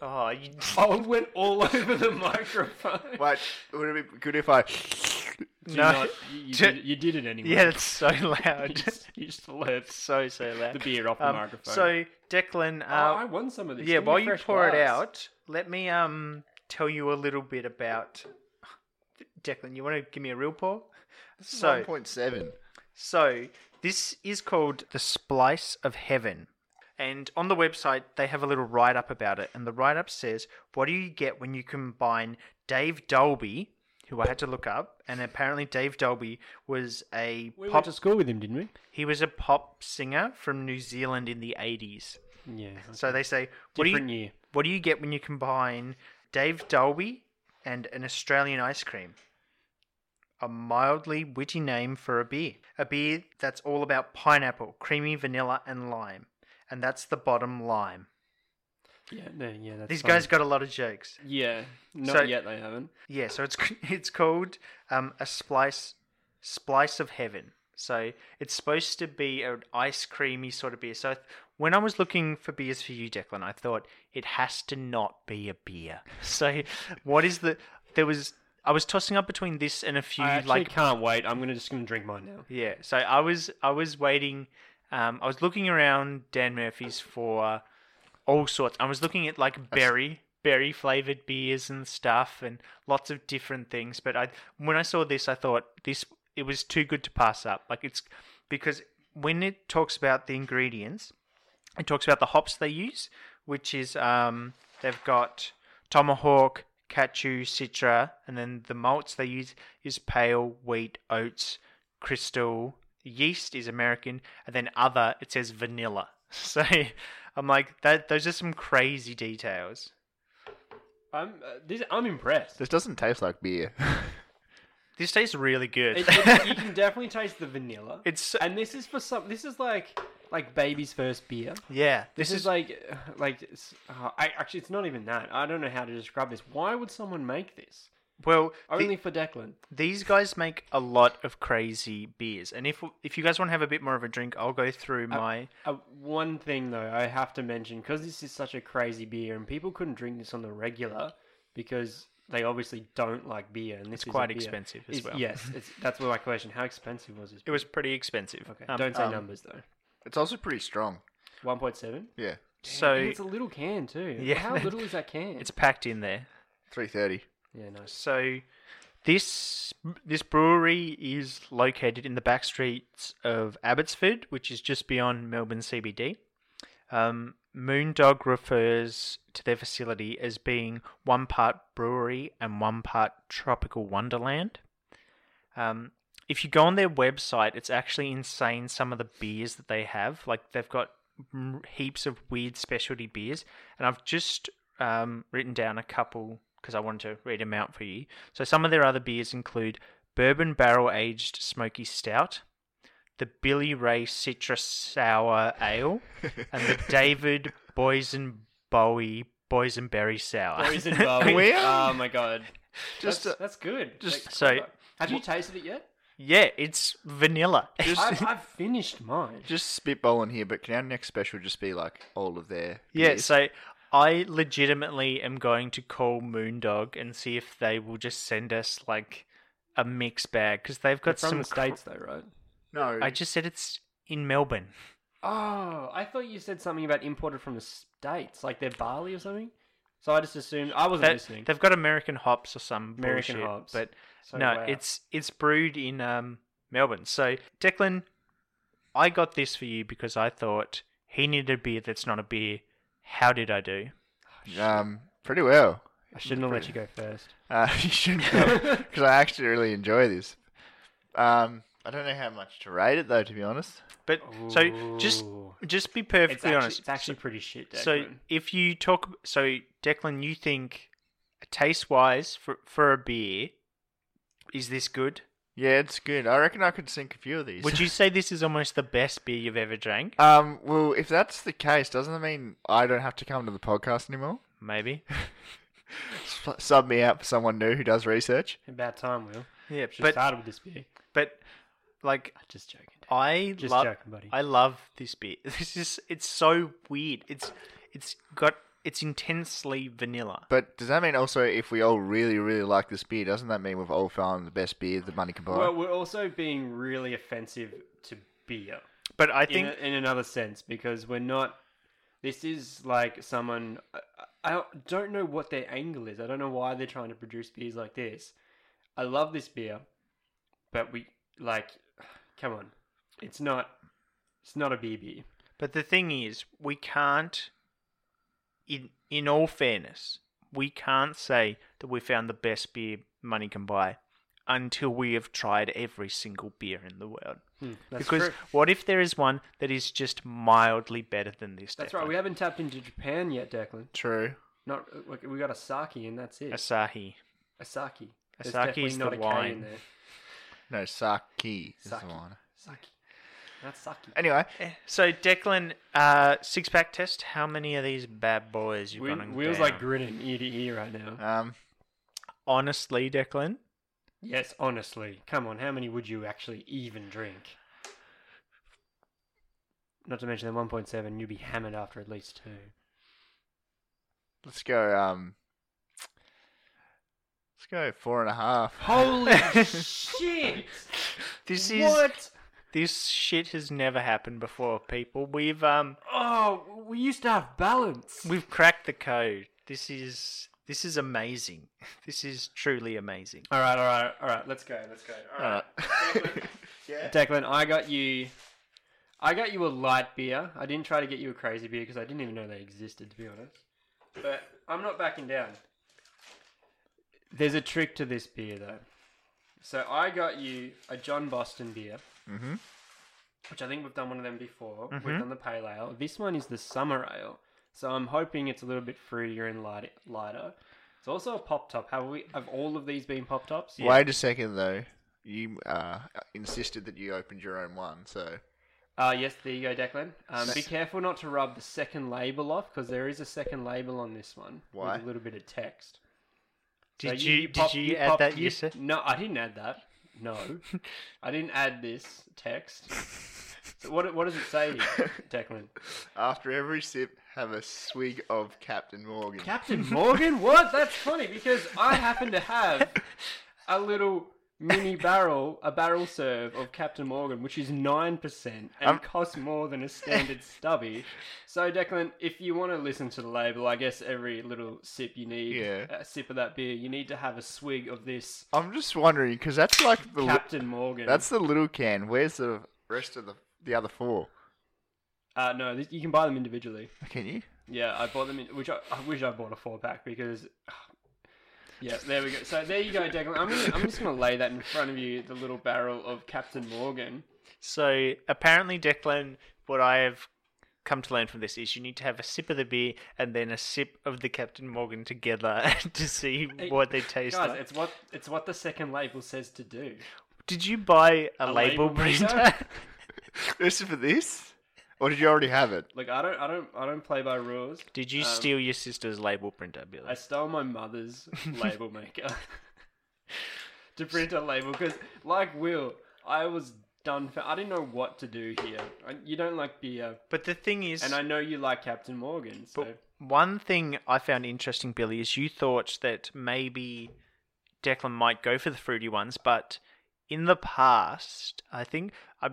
B: Oh, you,
D: Oh, it went all over the microphone.
C: Wait, would it be good if I?
D: Do
B: No.
D: not- you, you
B: Do-
D: did, it- you did it anyway.
B: yeah, it's so
D: you
B: loud.
D: just, you just left
B: so so loud.
D: the beer off the
B: Um,
D: microphone.
B: So Declan,
D: Oh,
B: uh,
D: I won some of this.
B: yeah,
D: Give me
B: while you
D: fresh
B: pour it
D: glass.
B: out, let me um tell you a little bit about Declan. You want to give me a real pour? So
C: One point seven.
B: so this is called the Splice of Heaven. And on the website, they have a little write up about it. And the write up says, What do you get when you combine Dave Dolby, who I had to look up? And apparently, Dave Dolby was a
D: We
B: pop.
D: went to school with him, didn't we?
B: He was a pop singer from New Zealand in the 80s.
D: Yeah.
B: So they say, what do,
D: Different
B: you,
D: year.
B: what do you get when you combine Dave Dolby and an Australian ice cream? A mildly witty name for a beer. A beer that's all about pineapple, creamy vanilla, and lime. And that's the bottom lime.
D: Yeah, no, yeah. That's
B: These
D: funny.
B: guys got a lot of jokes.
D: Yeah, not
B: So-
D: yet. They haven't.
B: Yeah, so it's it's called um, a splice splice of heaven. So it's supposed to be an ice creamy sort of beer. So th- when I was looking for beers for you, Declan, I thought it has to not be a beer. So what is the there was I was tossing up between this and a few
D: I actually
B: like
D: can't wait. I'm gonna just gonna drink mine now.
B: yeah. So I was I was waiting. Um, I was looking around Dan Murphy's for all sorts. I was looking at like berry berry flavored beers and stuff, and lots of different things. But I when I saw this, I thought this it was too good to pass up. Like it's because when it talks about the ingredients, it talks about the hops they use, which is um, they've got tomahawk, cashew, citra, and then the malts they use is pale, wheat, oats, crystal, yeast is American, and then other it says vanilla. So I'm like that. Those are some crazy details.
D: I'm uh, this, I'm impressed.
C: This doesn't taste like beer.
B: This tastes really good.
D: It- it- you can definitely taste the vanilla.
B: It's so-
D: and this is for some. This is like like baby's first beer.
B: yeah,
D: This, is, like like it's- uh, I, actually it's not even that. I don't know how to describe this. Why would someone make this
B: well the-
D: only for Declan?
B: these guys make a lot of crazy beers, and if if you guys want to have a bit more of a drink, I'll go through my.
D: Uh, one thing though, I have to mention because this is such a crazy beer, and people couldn't drink this on the regular because they obviously don't like beer, and this
B: It's
D: is a
B: quite
D: beer.
B: expensive as
D: Is-
B: well.
D: Yes, it's, that's my question. How expensive was this?
B: it was pretty expensive.
D: Okay,
B: Um,
D: don't say
C: um,
D: numbers though.
C: It's also pretty strong.
D: One point seven.
C: Yeah.
B: so
D: and it's a little can too.
B: Yeah,
D: How
B: that-
D: little is that can?
B: it's packed in there.
C: Three thirty.
D: yeah, nice.
B: So this this brewery is located in the back streets of Abbotsford, which is just beyond Melbourne CBD. Um, Moondog refers to their facility as being one part brewery and one part tropical wonderland. Um, if you go on their website, it's actually insane some of the beers that they have. Like they've got m- heaps of weird specialty beers, and I've just um, written down a couple because I wanted to read them out for you. So some of their other beers include bourbon barrel aged smoky stout, the Billy Ray citrus sour ale, and the David Boysen Bowie boysenberry sour.
D: Poison Bowie.
C: Where?
D: Oh my god.
C: Just
D: that's,
C: uh,
D: that's good.
B: just-
D: Like,
B: so-
D: have you tasted it yet?
B: yeah, it's vanilla.
D: I've, I've finished mine.
C: just spitballing here, but can our next special just be like all of their?
B: Yeah,
C: beers?
B: so I legitimately am going to call Moondog and see if they will just send us like a mix bag because they've
D: They're
B: got
D: from
B: some
D: the
B: cr-
D: states though, right?
C: no,
B: I just said it's in Melbourne.
D: Oh, I thought you said something about imported from the states, like they're barley or something. So I just assumed I wasn't
B: They-
D: listening.
B: they've got American hops or some
D: American
B: bullshit,
D: hops.
B: but
D: So,
B: no,
D: wow.
B: it's it's brewed in um, Melbourne. So Declan, I got this for you because I thought he needed a beer that's not a beer. How did I do?
C: um, pretty well.
D: I shouldn't have let you go first.
C: Uh, you should because I actually really enjoy this. Um, I don't know how much to rate it though, to be honest.
B: But so just
D: Ooh.
B: just be
D: It's
B: perfectly
D: actually,
B: honest.
D: it's actually pretty shit. Declan.
B: So if you talk, so Declan, you think taste wise for for a beer, is this good?
C: Yeah, it's good. I reckon I could sink a few of these.
B: Would you say this is almost the best beer you've ever drank?
C: Um, well, if that's the case, doesn't that mean I don't have to come to the podcast anymore?
B: Maybe.
C: S- Sub me out for someone new who does research.
D: about time, Will.
B: Yeah,
D: Should have
B: but
D: started with this beer.
B: but like
D: I'm just joking. Declan.
B: I
D: Just
B: love,
D: joking, buddy.
B: I love this beer. This is it's so weird. It's it's got it's intensely vanilla.
C: But does that mean also if we all really, really like this beer, doesn't that mean we've all found the best beer that money can buy?
D: Well, we're also being really offensive to beer.
B: But I
D: in
B: think
D: a- in another sense because we're not. This is like someone. I- I don't know what their angle is. I don't know why they're trying to produce beers like this. I love this beer, but we like. Come on, it's not. It's not a beer beer.
B: But the thing is, we can't. In in all fairness, we can't say that we found the best beer money can buy until we have tried every single beer in the world.
D: Hmm, that's
B: because
D: true.
B: what if there is one that is just mildly better than this?
D: That's
B: Declan?
D: right. We haven't tapped into Japan yet, Declan.
C: True.
D: Not like, we got Asaki and that's it.
B: Asahi.
D: Asaki.
B: Asaki's
D: There's definitely
B: the
D: not a K
B: wine.
D: in there.
C: No, sake is the
D: Sake.
C: one.
D: Saki. That's Saki.
C: Anyway,
B: So Declan, uh, six pack test. How many of these bad boys you
D: We,
B: got?
D: Wheels like grinning ear to ear right now.
C: um,
B: honestly, Declan.
D: Yes, honestly. Come on, how many would you actually even drink? Not to mention that 1.7, you'd be hammered after at least two.
C: let's go. Um, let's go four and a half.
D: Holy shit!
B: This is
D: What?
B: this shit has never happened before, people. We've um
D: Oh, we used to have balance.
B: We've cracked the code. This is this is amazing. This is truly amazing.
D: All right, all right, all right. Let's go. Let's go. All right. Declan, I got you. I got you a light beer. I didn't try to get you a crazy beer because I didn't even know they existed, to be honest. But I'm not backing down. There's a trick to this beer, though. So I got you a John Boston beer,
C: Mhm.
D: which I think we've done one of them before. We've done the pale ale. This one is the summer ale. So I'm hoping it's a little bit fruitier and light- lighter. It's also a pop top. Have we? Have all of these been pop tops?
C: Wait a second though. You uh, insisted that you opened your own one, so
D: Uh, yes, there you go, Declan. Um, be careful not to rub the second label off because there is a second label on this one
C: Why?
D: with a little bit of text. So
B: Did you,
D: pop-
B: did you, add
D: pop-
B: that you,
D: No, I didn't add that. No, I didn't add this text. So what what does it say, Declan?
C: After every sip, have a swig of Captain Morgan.
D: Captain Morgan? What? That's funny because I happen to have a little mini barrel, a barrel serve of Captain Morgan, which is 9% and
C: I'm-
D: costs more than a standard stubby. So, Declan, if you want to listen to the label, I guess every little sip you need,
C: Yeah.
D: a sip of that beer, you need to have a swig of this
C: I'm just wondering because that's like the li-
D: Captain Morgan.
C: that's the little can. Where's the rest of the the other four?
D: Uh, no, th- you can buy them individually.
C: Can you?
D: Yeah, I bought them in, which I, I wish I bought a four pack because. Yeah, there we go. So there you go, Declan. I'm, gonna, I'm just going to lay that in front of you, the little barrel of Captain Morgan.
B: So apparently, Declan, what I have come to learn from this is you need to have a sip of the beer and then a sip of the Captain Morgan together to see
D: Hey,
B: what they taste
D: Guys,
B: like.
D: it's what it's what the second label says to do.
B: Did you buy a,
D: A
B: label,
D: label printer?
B: printer?
C: This is for this, or did you already have it?
D: Like I don't I don't I don't play by rules.
B: Did you
D: Um,
B: steal your sister's label printer,
D: I
B: Billy?
D: stole my mother's label maker to print a label because, like Will, I was done for. I didn't know what to do here. I, you don't like beer,
B: But the thing is,
D: and I know you like Captain Morgan. So
B: But one thing I found interesting, Billy, is you thought that maybe Declan might go for the fruity ones, but in the past, I think I,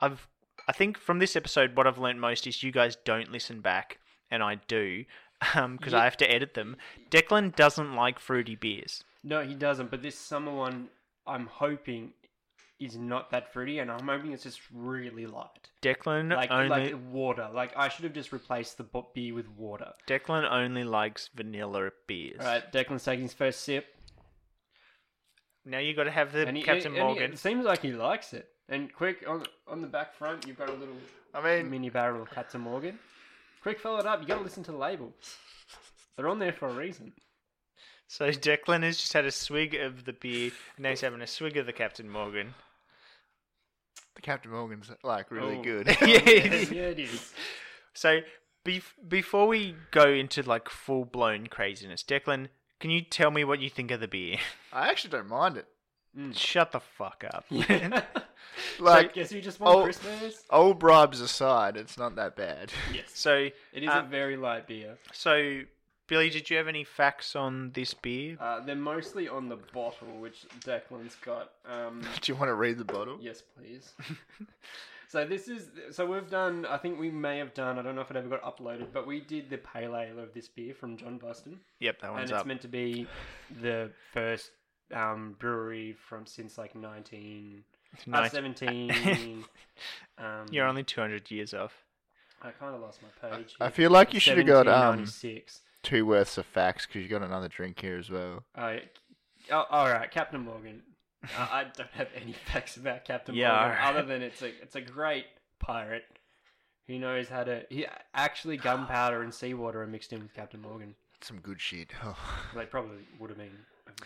B: I've, I think from this episode, what I've learned most is you guys don't listen back, and I do, because I have to edit them. Declan doesn't like fruity beers.
D: no, he doesn't. But this summer one, I'm hoping is not that fruity, and I'm hoping it's just really light,
B: Declan
D: like
B: only
D: like water. Like I should have just replaced the bo- beer with water.
B: Declan only likes vanilla beers.
D: All right, Declan's taking his first sip.
B: Now you got to have the
D: And he-
B: Captain
D: and he-
B: Morgan.
D: it seems like he likes it. And quick on on the back front, you've got a little
C: I mean,
D: mini barrel of Captain Morgan. Quick, fill it up. You got to listen to the label. They're on there for a reason.
B: So Declan has just had a swig of the beer, and now he's having a swig of the Captain Morgan.
C: the Captain Morgan's like really
D: Oh.
C: good.
B: yeah, it
D: yeah,
B: is.
D: it is.
B: So bef- before we go into like full blown craziness, Declan, can you tell me what you think of the beer?
C: I actually don't mind it.
D: Hmm.
B: Shut the fuck up.
C: Like
D: Guess you just want
C: oh.
D: Christmas.
C: old bribes aside, it's not that bad.
D: Yes,
B: so
D: it is
B: uh,
D: a very light beer.
B: so Billy, did you have any facts on this beer?
D: Uh, they're mostly on the bottle, which Declan's got. Um,
C: Do you want to read the bottle?
D: Yes, please. so this is so we've done. I think we may have done. I don't know if it ever got uploaded, but we did the pale ale of this beer from John Buston,
B: Yep, that
D: and
B: one's
D: it's
B: up.
D: meant to be the first um, brewery from since like nineteen. uh,
B: Nice.
D: 17. um,
B: You're only 200 years off.
D: I kind of lost my page.
C: I
D: here.
C: feel like you should have got um
D: 1796.
C: two worths of facts because you got another drink here as well.
D: Oh, yeah. oh, all right, Captain Morgan. I I don't have any facts about Captain
B: Yeah, all
D: Morgan
B: right.
D: other than it's a it's a great pirate who knows how to. He actually gunpowder and seawater are mixed in with Captain Morgan.
C: Some good shit. Oh.
D: They probably would have been. once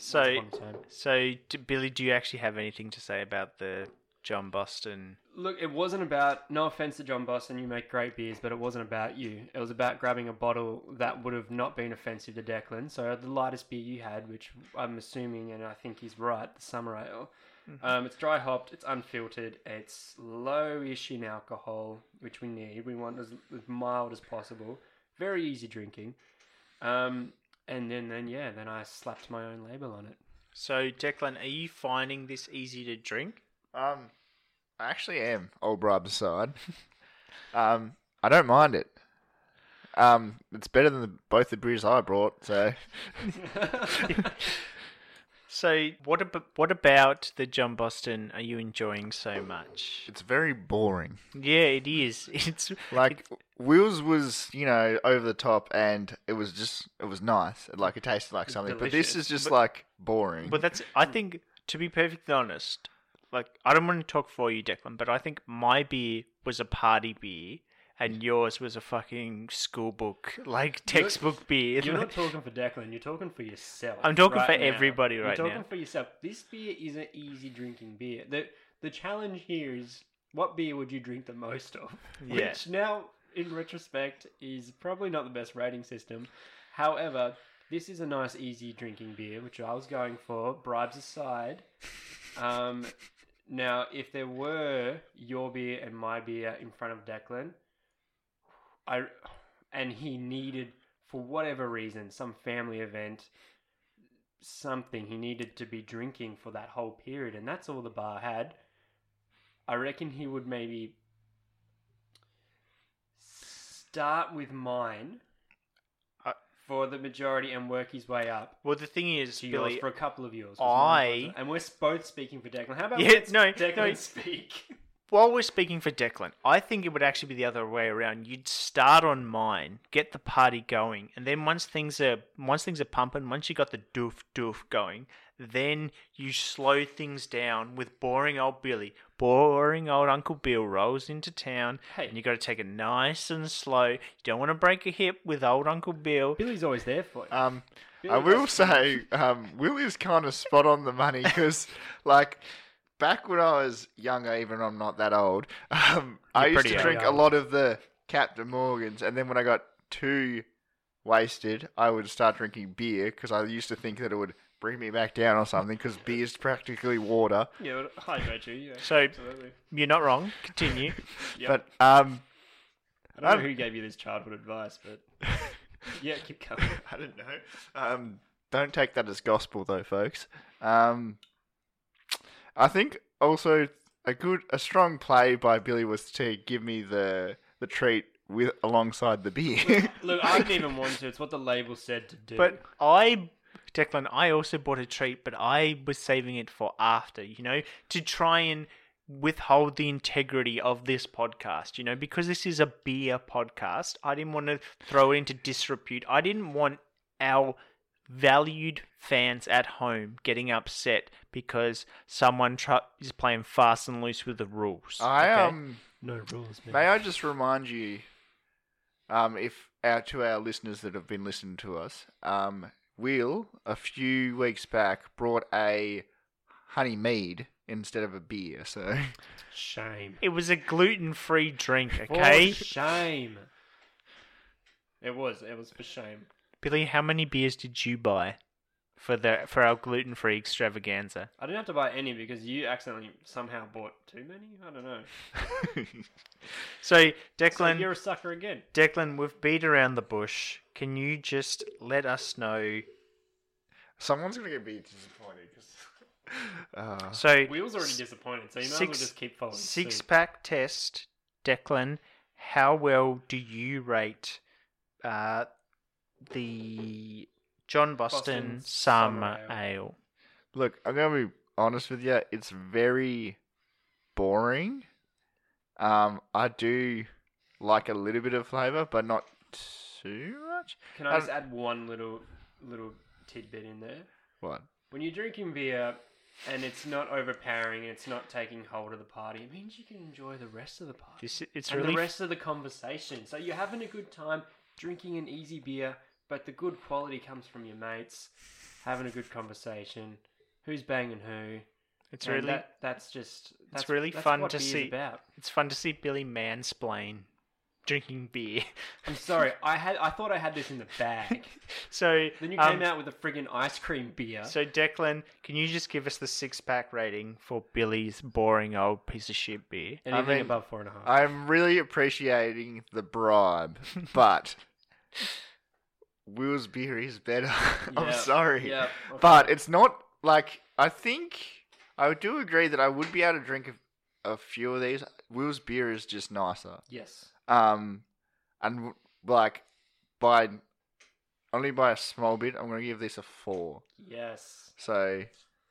B: So
D: upon a time.
B: so d- Billy, do you actually have anything to say about the John Boston?
D: Look, it wasn't about. No offense to John Boston, you make great beers, but it wasn't about you. It was about grabbing a bottle that would have not been offensive to Declan. So the lightest beer you had, which I'm assuming, and I think he's right, the summer ale.
B: Mm-hmm.
D: Um, it's dry hopped, it's unfiltered, it's low-ish in alcohol, which we need. We want as, as mild as possible. Very easy drinking. Um, and then, then yeah, then I slapped my own label on it.
B: So Declan, are you finding this easy to drink?
C: Um, I actually am old bribes aside. um, I don't mind it. Um, it's better than the, both the beers I brought. So
B: So what ab- what about the John Boston are you enjoying so much?
C: it's very boring.
B: Yeah, it is. It's
C: Like Will's was, you know, over the top, and it was just, it was nice. Like it tasted like something, but this
D: Delicious.
C: is just like boring.
B: but that's I think to be perfectly honest, like I don't want to talk for you, Declan, but I think my beer was a party beer and yours was a fucking school book, like textbook beer.
D: You're not talking for Declan. You're talking for yourself.
B: I'm talking
D: right
B: for
D: now.
B: everybody right
D: You're talking
B: now.
D: for yourself. This beer is an easy drinking beer. the The challenge here is what beer would you drink the most of?
B: Yeah.
D: Which now, in retrospect, is probably not the best rating system. However, this is a nice, easy drinking beer, which I was going for. Bribes aside. Um, now, if there were your beer and my beer in front of Declan, I and he needed for whatever reason some family event something he needed to be drinking for that whole period, and that's all the bar had. I reckon he would maybe start with mine
B: I-
D: for the majority and work his way up.
B: Well, the thing is,
D: To yours
B: Billy,
D: for a couple of yours.
B: I-
D: and we're both speaking for Declan. How about
B: Yeah,
D: let's
B: no,
D: Declan
B: no.
D: speak?
B: while we're speaking for Declan, I think it would actually be the other way around. You'd start on mine, get the party going, and then once things are once things are pumping, once you got the doof doof going, then you slow things down with boring old Billy. Boring old Uncle Bill rolls into town,
D: Hey.
B: and you got to take it nice and slow. You don't want to break a hip with old Uncle Bill.
D: Billy's always there for
B: Uh,
D: you.
C: Um,
D: Bill
C: I will
D: does-
C: say, um, Will is kind of spot on the money because, like, back when I was younger, even though I'm not that old, um, I
B: You're
C: used to
B: pretty
C: drink a
D: young.
C: lot of the Captain Morgans, and then when I got too wasted, I would start drinking beer because I used to think that it would bring me back down or something because beer is practically water.
D: yeah, well, hydrate you. Yeah,
B: So-
D: absolutely.
B: You're not wrong. Continue.
D: Yep.
C: But um,
D: I don't know
B: um,
C: I'm-
D: who gave you this childhood advice, but yeah, keep going.
C: I don't know. Um, don't take that as gospel, though, folks. Um, I think also a good, a strong play by Billy was to give me the the treat with alongside the beer.
D: Look, I didn't even want to. It's what the label said to do.
B: But I, Declan, I also bought a treat, but I was saving it for after, you know, to try and withhold the integrity of this podcast, you know, because this is a beer podcast. I didn't want to throw it into disrepute. I didn't want our valued fans at home getting upset because someone tr- is playing fast and loose with the rules.
C: I
B: okay?
C: um,
D: no rules, man.
C: may I just remind you, um, if our to our listeners that have been listening to us, um, Will a few weeks back brought a honey mead instead of a beer, so.
D: Shame.
B: It was a gluten-free drink,
C: Oh,
B: okay?
D: For shame. It was. It was for shame.
B: Billy, how many beers did you buy for the for our gluten free extravaganza?
D: I didn't have to buy any because you accidentally somehow bought too many. I don't know.
B: So
D: So
B: Declan,
D: you're a sucker again.
B: Declan, we've beat around the bush. Can you just let us know?
C: Someone's gonna get be disappointed uh, because.
B: So
D: Uh, Wheel's already disappointed, so you might as well just keep following.
B: Six
D: suit.
B: pack test, Declan. How well do you rate uh, the John Boston,
D: Boston
B: Summer,
D: Summer
B: Ale?
D: Ale.
C: Look, I'm gonna be honest with you. It's very boring. Um, I do like a little bit of flavor, but not too much.
D: Can I
B: Um,
D: just add one little little tidbit in there?
C: What?
D: When you're drinking beer and it's not overpowering and it's not taking hold of the party, it means you can enjoy the rest of the party.
B: This it's
D: and
B: really
D: the rest of the conversation. So you're having a good time drinking an easy beer, but the good quality comes from your mates, having a good conversation, who's banging who.
B: it's
D: and
B: really
D: that, that's just that's,
B: it's really
D: that's
B: fun
D: what
B: to
D: beer's
B: see.
D: About.
B: It's fun to see Billy mansplain drinking beer.
D: I'm sorry, I had I thought I had this in the bag.
B: So
D: then you
B: um,
D: came out with a friggin' ice cream beer.
B: So Declan, can you just give us the six pack rating for Billy's boring old piece of shit beer?
D: Anything
C: mean,
D: above four and a half.
C: I'm really appreciating the bribe, but Will's beer is better. I'm
D: Yeah,
C: sorry,
D: yeah, okay.
C: but it's not like I think I do agree that I would be able to drink a, a few of these. Will's beer is just nicer.
D: yes.
C: Um, and like by only by a small bit, I'm gonna give this a four.
D: Yes.
C: So,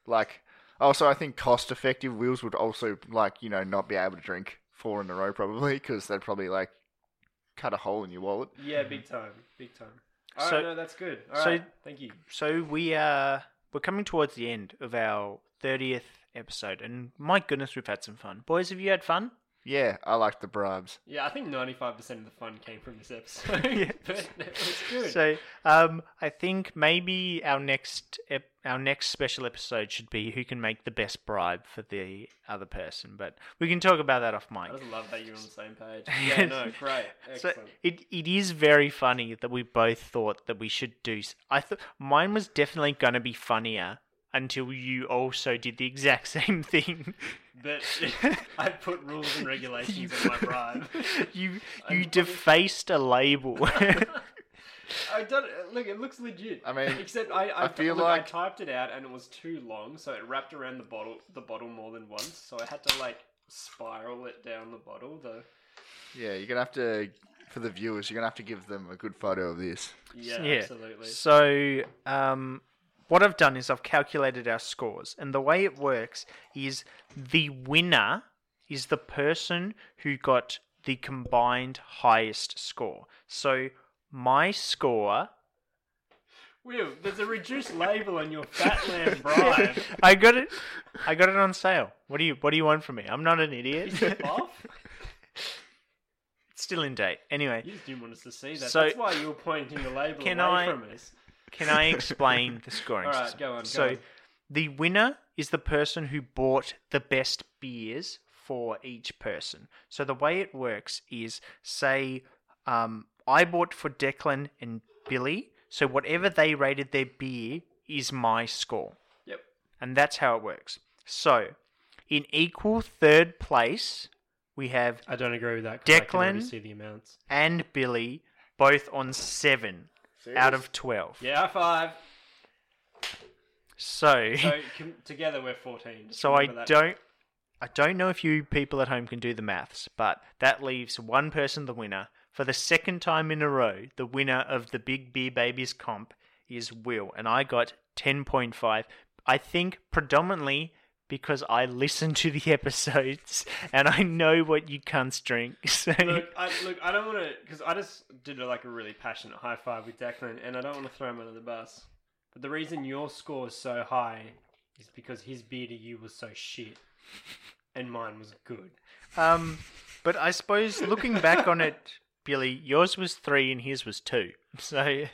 C: like, also I think cost effective wheels would also like you know not be able to drink four in a row probably because they'd probably like cut a hole in your wallet.
D: Yeah, big time. Big time. Alright,
B: Mm-hmm. So-
D: no, that's good.
B: so-
D: Alright, thank you.
B: So we are we're coming towards the end of our thirtieth episode, and my goodness, we've had some fun, boys. Have you had fun?
C: Yeah, I like the bribes.
D: Yeah, I think 95% of the fun came from this episode.
B: Yeah.
D: but it was good.
B: So um, I think maybe our next ep- our next special episode should be who can make the best bribe for the other person, but we can talk about that off mic.
D: I just love that you're on the same page. Yeah, no, great.
B: So
D: Excellent.
B: it, it is very funny that we both thought that we should do. s- I thought mine was definitely going to be funnier until you also did the exact same thing.
D: but I put rules and regulations in my bribe.
B: you
D: I'm
B: you
D: funny.
B: defaced a label.
D: I don't look. It looks legit.
C: I mean,
D: except I, I,
C: I feel
D: look,
C: like-
D: I typed it out and it was too long, so it wrapped around the bottle, the bottle more than once. So I had to like spiral it down the bottle. The
C: Yeah, you're gonna have to for the viewers. You're gonna have to give them a good photo of this.
D: yeah,
B: Yeah.
D: absolutely.
B: So, um, what I've done is I've calculated our scores, and the way it works is the winner is the person who got the combined highest score. So, my score.
D: Will, there's a reduced label on your Fatland bribe.
B: I got it. I got it on sale. What do you What do you want from me? I'm not an idiot.
D: Is it off?
B: it's still in date. Anyway,
D: You just didn't want us to see that.
B: So-
D: That's why you were pointing the label
B: Can
D: away
B: I-
D: from us.
B: Can I explain the scoring
D: All right,
B: system?
D: go on, go
B: so,
D: on.
B: the winner is the person who bought the best beers for each person. So, the way it works is say, um, I bought for Declan and Billy. So, whatever they rated their beer is my score.
D: Yep.
B: And that's how it works. So, in equal third place, we have
D: I don't agree with that.
B: 'cause I can already Declan? see
D: see the amounts.
B: and Billy both on seven out of 12.
D: Yeah, high five.
B: So,
D: So com- together we're 14. Just
B: So I
D: remember that.
B: don't I don't know if you people at home can do the maths, but that leaves one person the winner. For the second time in a row, the winner of the Big Beer Babies comp is Will, and I got 10.5. I think predominantly because I listen to the episodes and I know what you cunts drink. So
D: Look, I, look, I don't want to, because I just did like a really passionate high five with Declan, and I don't want to throw him under the bus. But the reason your score is so high is because his beer to you was so shit, and mine was good.
B: um but I suppose looking back on it, Billy, yours was three and his was two. So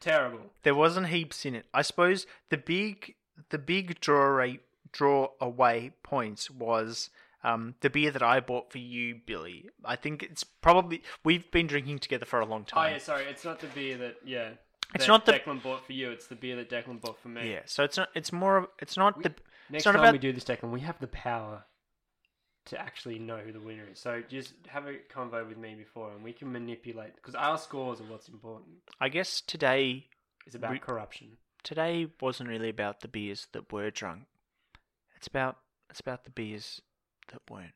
D: Terrible.
B: There wasn't heaps in it. I suppose the big the big draw rate draw away points was um, the beer that I bought for you, Billy. I think it's probably we've been drinking together for a long
D: Oh
B: time.
D: yeah, sorry, it's not the beer that yeah.
B: It's
D: that
B: not the-
D: Declan bought for you. It's the beer that Declan bought for me.
B: Yeah, so it's not it's more of it's not the
D: Next
B: it's not
D: time
B: about
D: we do this, Declan, we have the power to actually know who the winner is. So just have a convo with me before, and we can manipulate because our scores are what's important.
B: I guess today
D: It's about
B: We-
D: corruption.
B: today wasn't really about the beers that were drunk. It's about it's about the beers that weren't,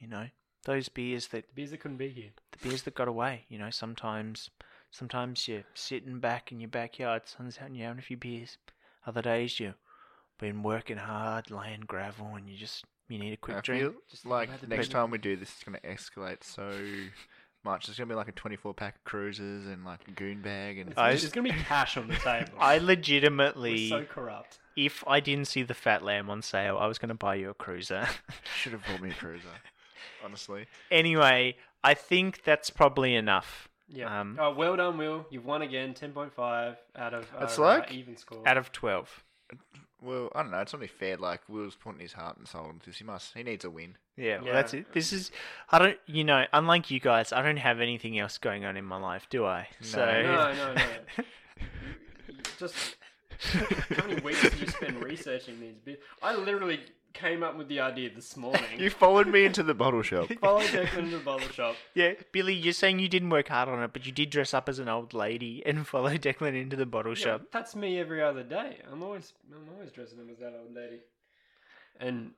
B: you know? Those beers that
D: The beers that couldn't be here.
B: the beers that got away. You know, sometimes sometimes you're sitting back in your backyard, sun's out, and you're having a few beers. Other days you've been working hard, laying gravel, and you just you need a quick
C: I
B: drink.
C: feel
D: Just think
C: like
D: about the
C: next
D: big-
C: time we do this, it's gonna escalate so much. There's gonna be like a 24 pack of cruisers and like a goon bag and.
D: It's,
B: I-
D: there's gonna be cash on the table.
B: I
D: We're
B: legitimately,
D: so corrupt.
B: if I didn't see the fat lamb on sale, I was going to buy you a cruiser.
C: Should have bought me a cruiser. Honestly,
B: anyway, I think that's probably enough.
D: Yeah.
B: Um,
D: oh, well done, Will. You've won again. Ten point five out of our,
C: That's
D: uh,
C: like-
D: even score.
B: Out of twelve.
C: well, I don't know. It's only fair. Like Will's putting his heart and soul into this. He must. He needs a win.
B: Yeah, well, that's
D: Yeah.
B: it. This is, I don't, you know, unlike you guys, I don't have anything else going on in my life, do I? So,
D: no, no, no. Just how many weeks did you spend researching these bits? I literally came up with the idea this morning.
C: You followed me into the bottle shop.
D: Follow Declan to the bottle shop.
B: Yeah, Billy, you're saying you didn't work hard on it, but you did dress up as an old lady and follow Declan into the bottle
D: Yeah,
B: shop.
D: That's me every other day. I'm always I'm always dressing up as that old lady. And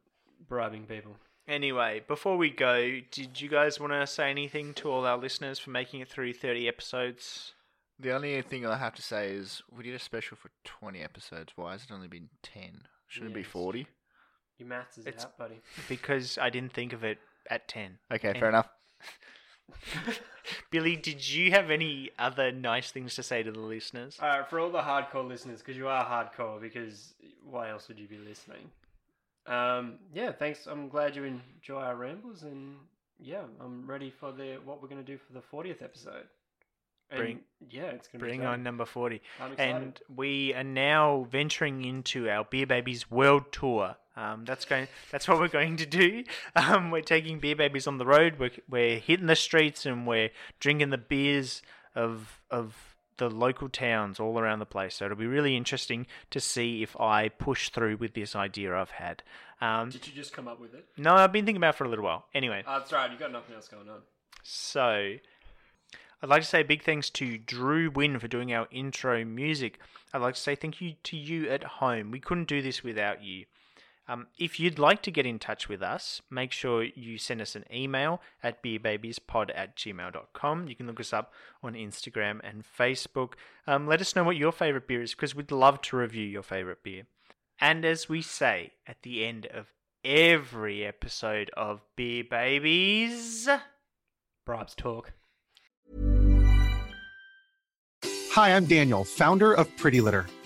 D: bribing people.
B: Anyway, before we go, did you guys want to say anything to all our listeners for making it through 30 episodes?
C: The only thing I have to say is we did a special for 20 episodes. Why has it only been 10? Shouldn't it be
D: Yes.
C: 40?
D: Your maths is
B: It's-
D: out, buddy.
B: Because I didn't think of it at 10.
C: Okay,
B: And-
C: fair enough.
B: Billy, did you have any other nice things to say to the listeners?
D: All right, for all the hardcore listeners, because you are hardcore, because why else would you be listening? Um, yeah, thanks. I'm glad you enjoy our rambles, and yeah, I'm ready for the what we're going to do for the 40th episode. And,
B: Bring-
D: yeah, it's going to
B: Bring
D: be
B: on
D: exciting.
B: number 40.
D: I'm excited.
B: And we are now venturing into our Beer Babies World Tour. Um, that's going. That's what we're going to do. Um, we're taking Beer Babies on the road. We're, we're hitting the streets and we're drinking the beers of of the local towns all around the place. So it'll be really interesting to see if I push through with this idea I've had. Um,
D: Did you just come up with it?
B: no, I've been thinking about it for a little while. Anyway,
D: Uh, that's right. You got nothing else going on.
B: so I'd like to say big thanks to Drew Wynn for doing our intro music. I'd like to say thank you to you at home. We couldn't do this without you. Um, if you'd like to get in touch with us, make sure you send us an email at beerbabiespod at gmail.com. You can look us up on Instagram and Facebook. Um, let us know what your favourite beer is because we'd love to review your favourite beer. And as we say at the end of every episode of Beer Babies,
D: Bribes talk.
E: Hi, I'm Daniel, founder of Pretty Litter.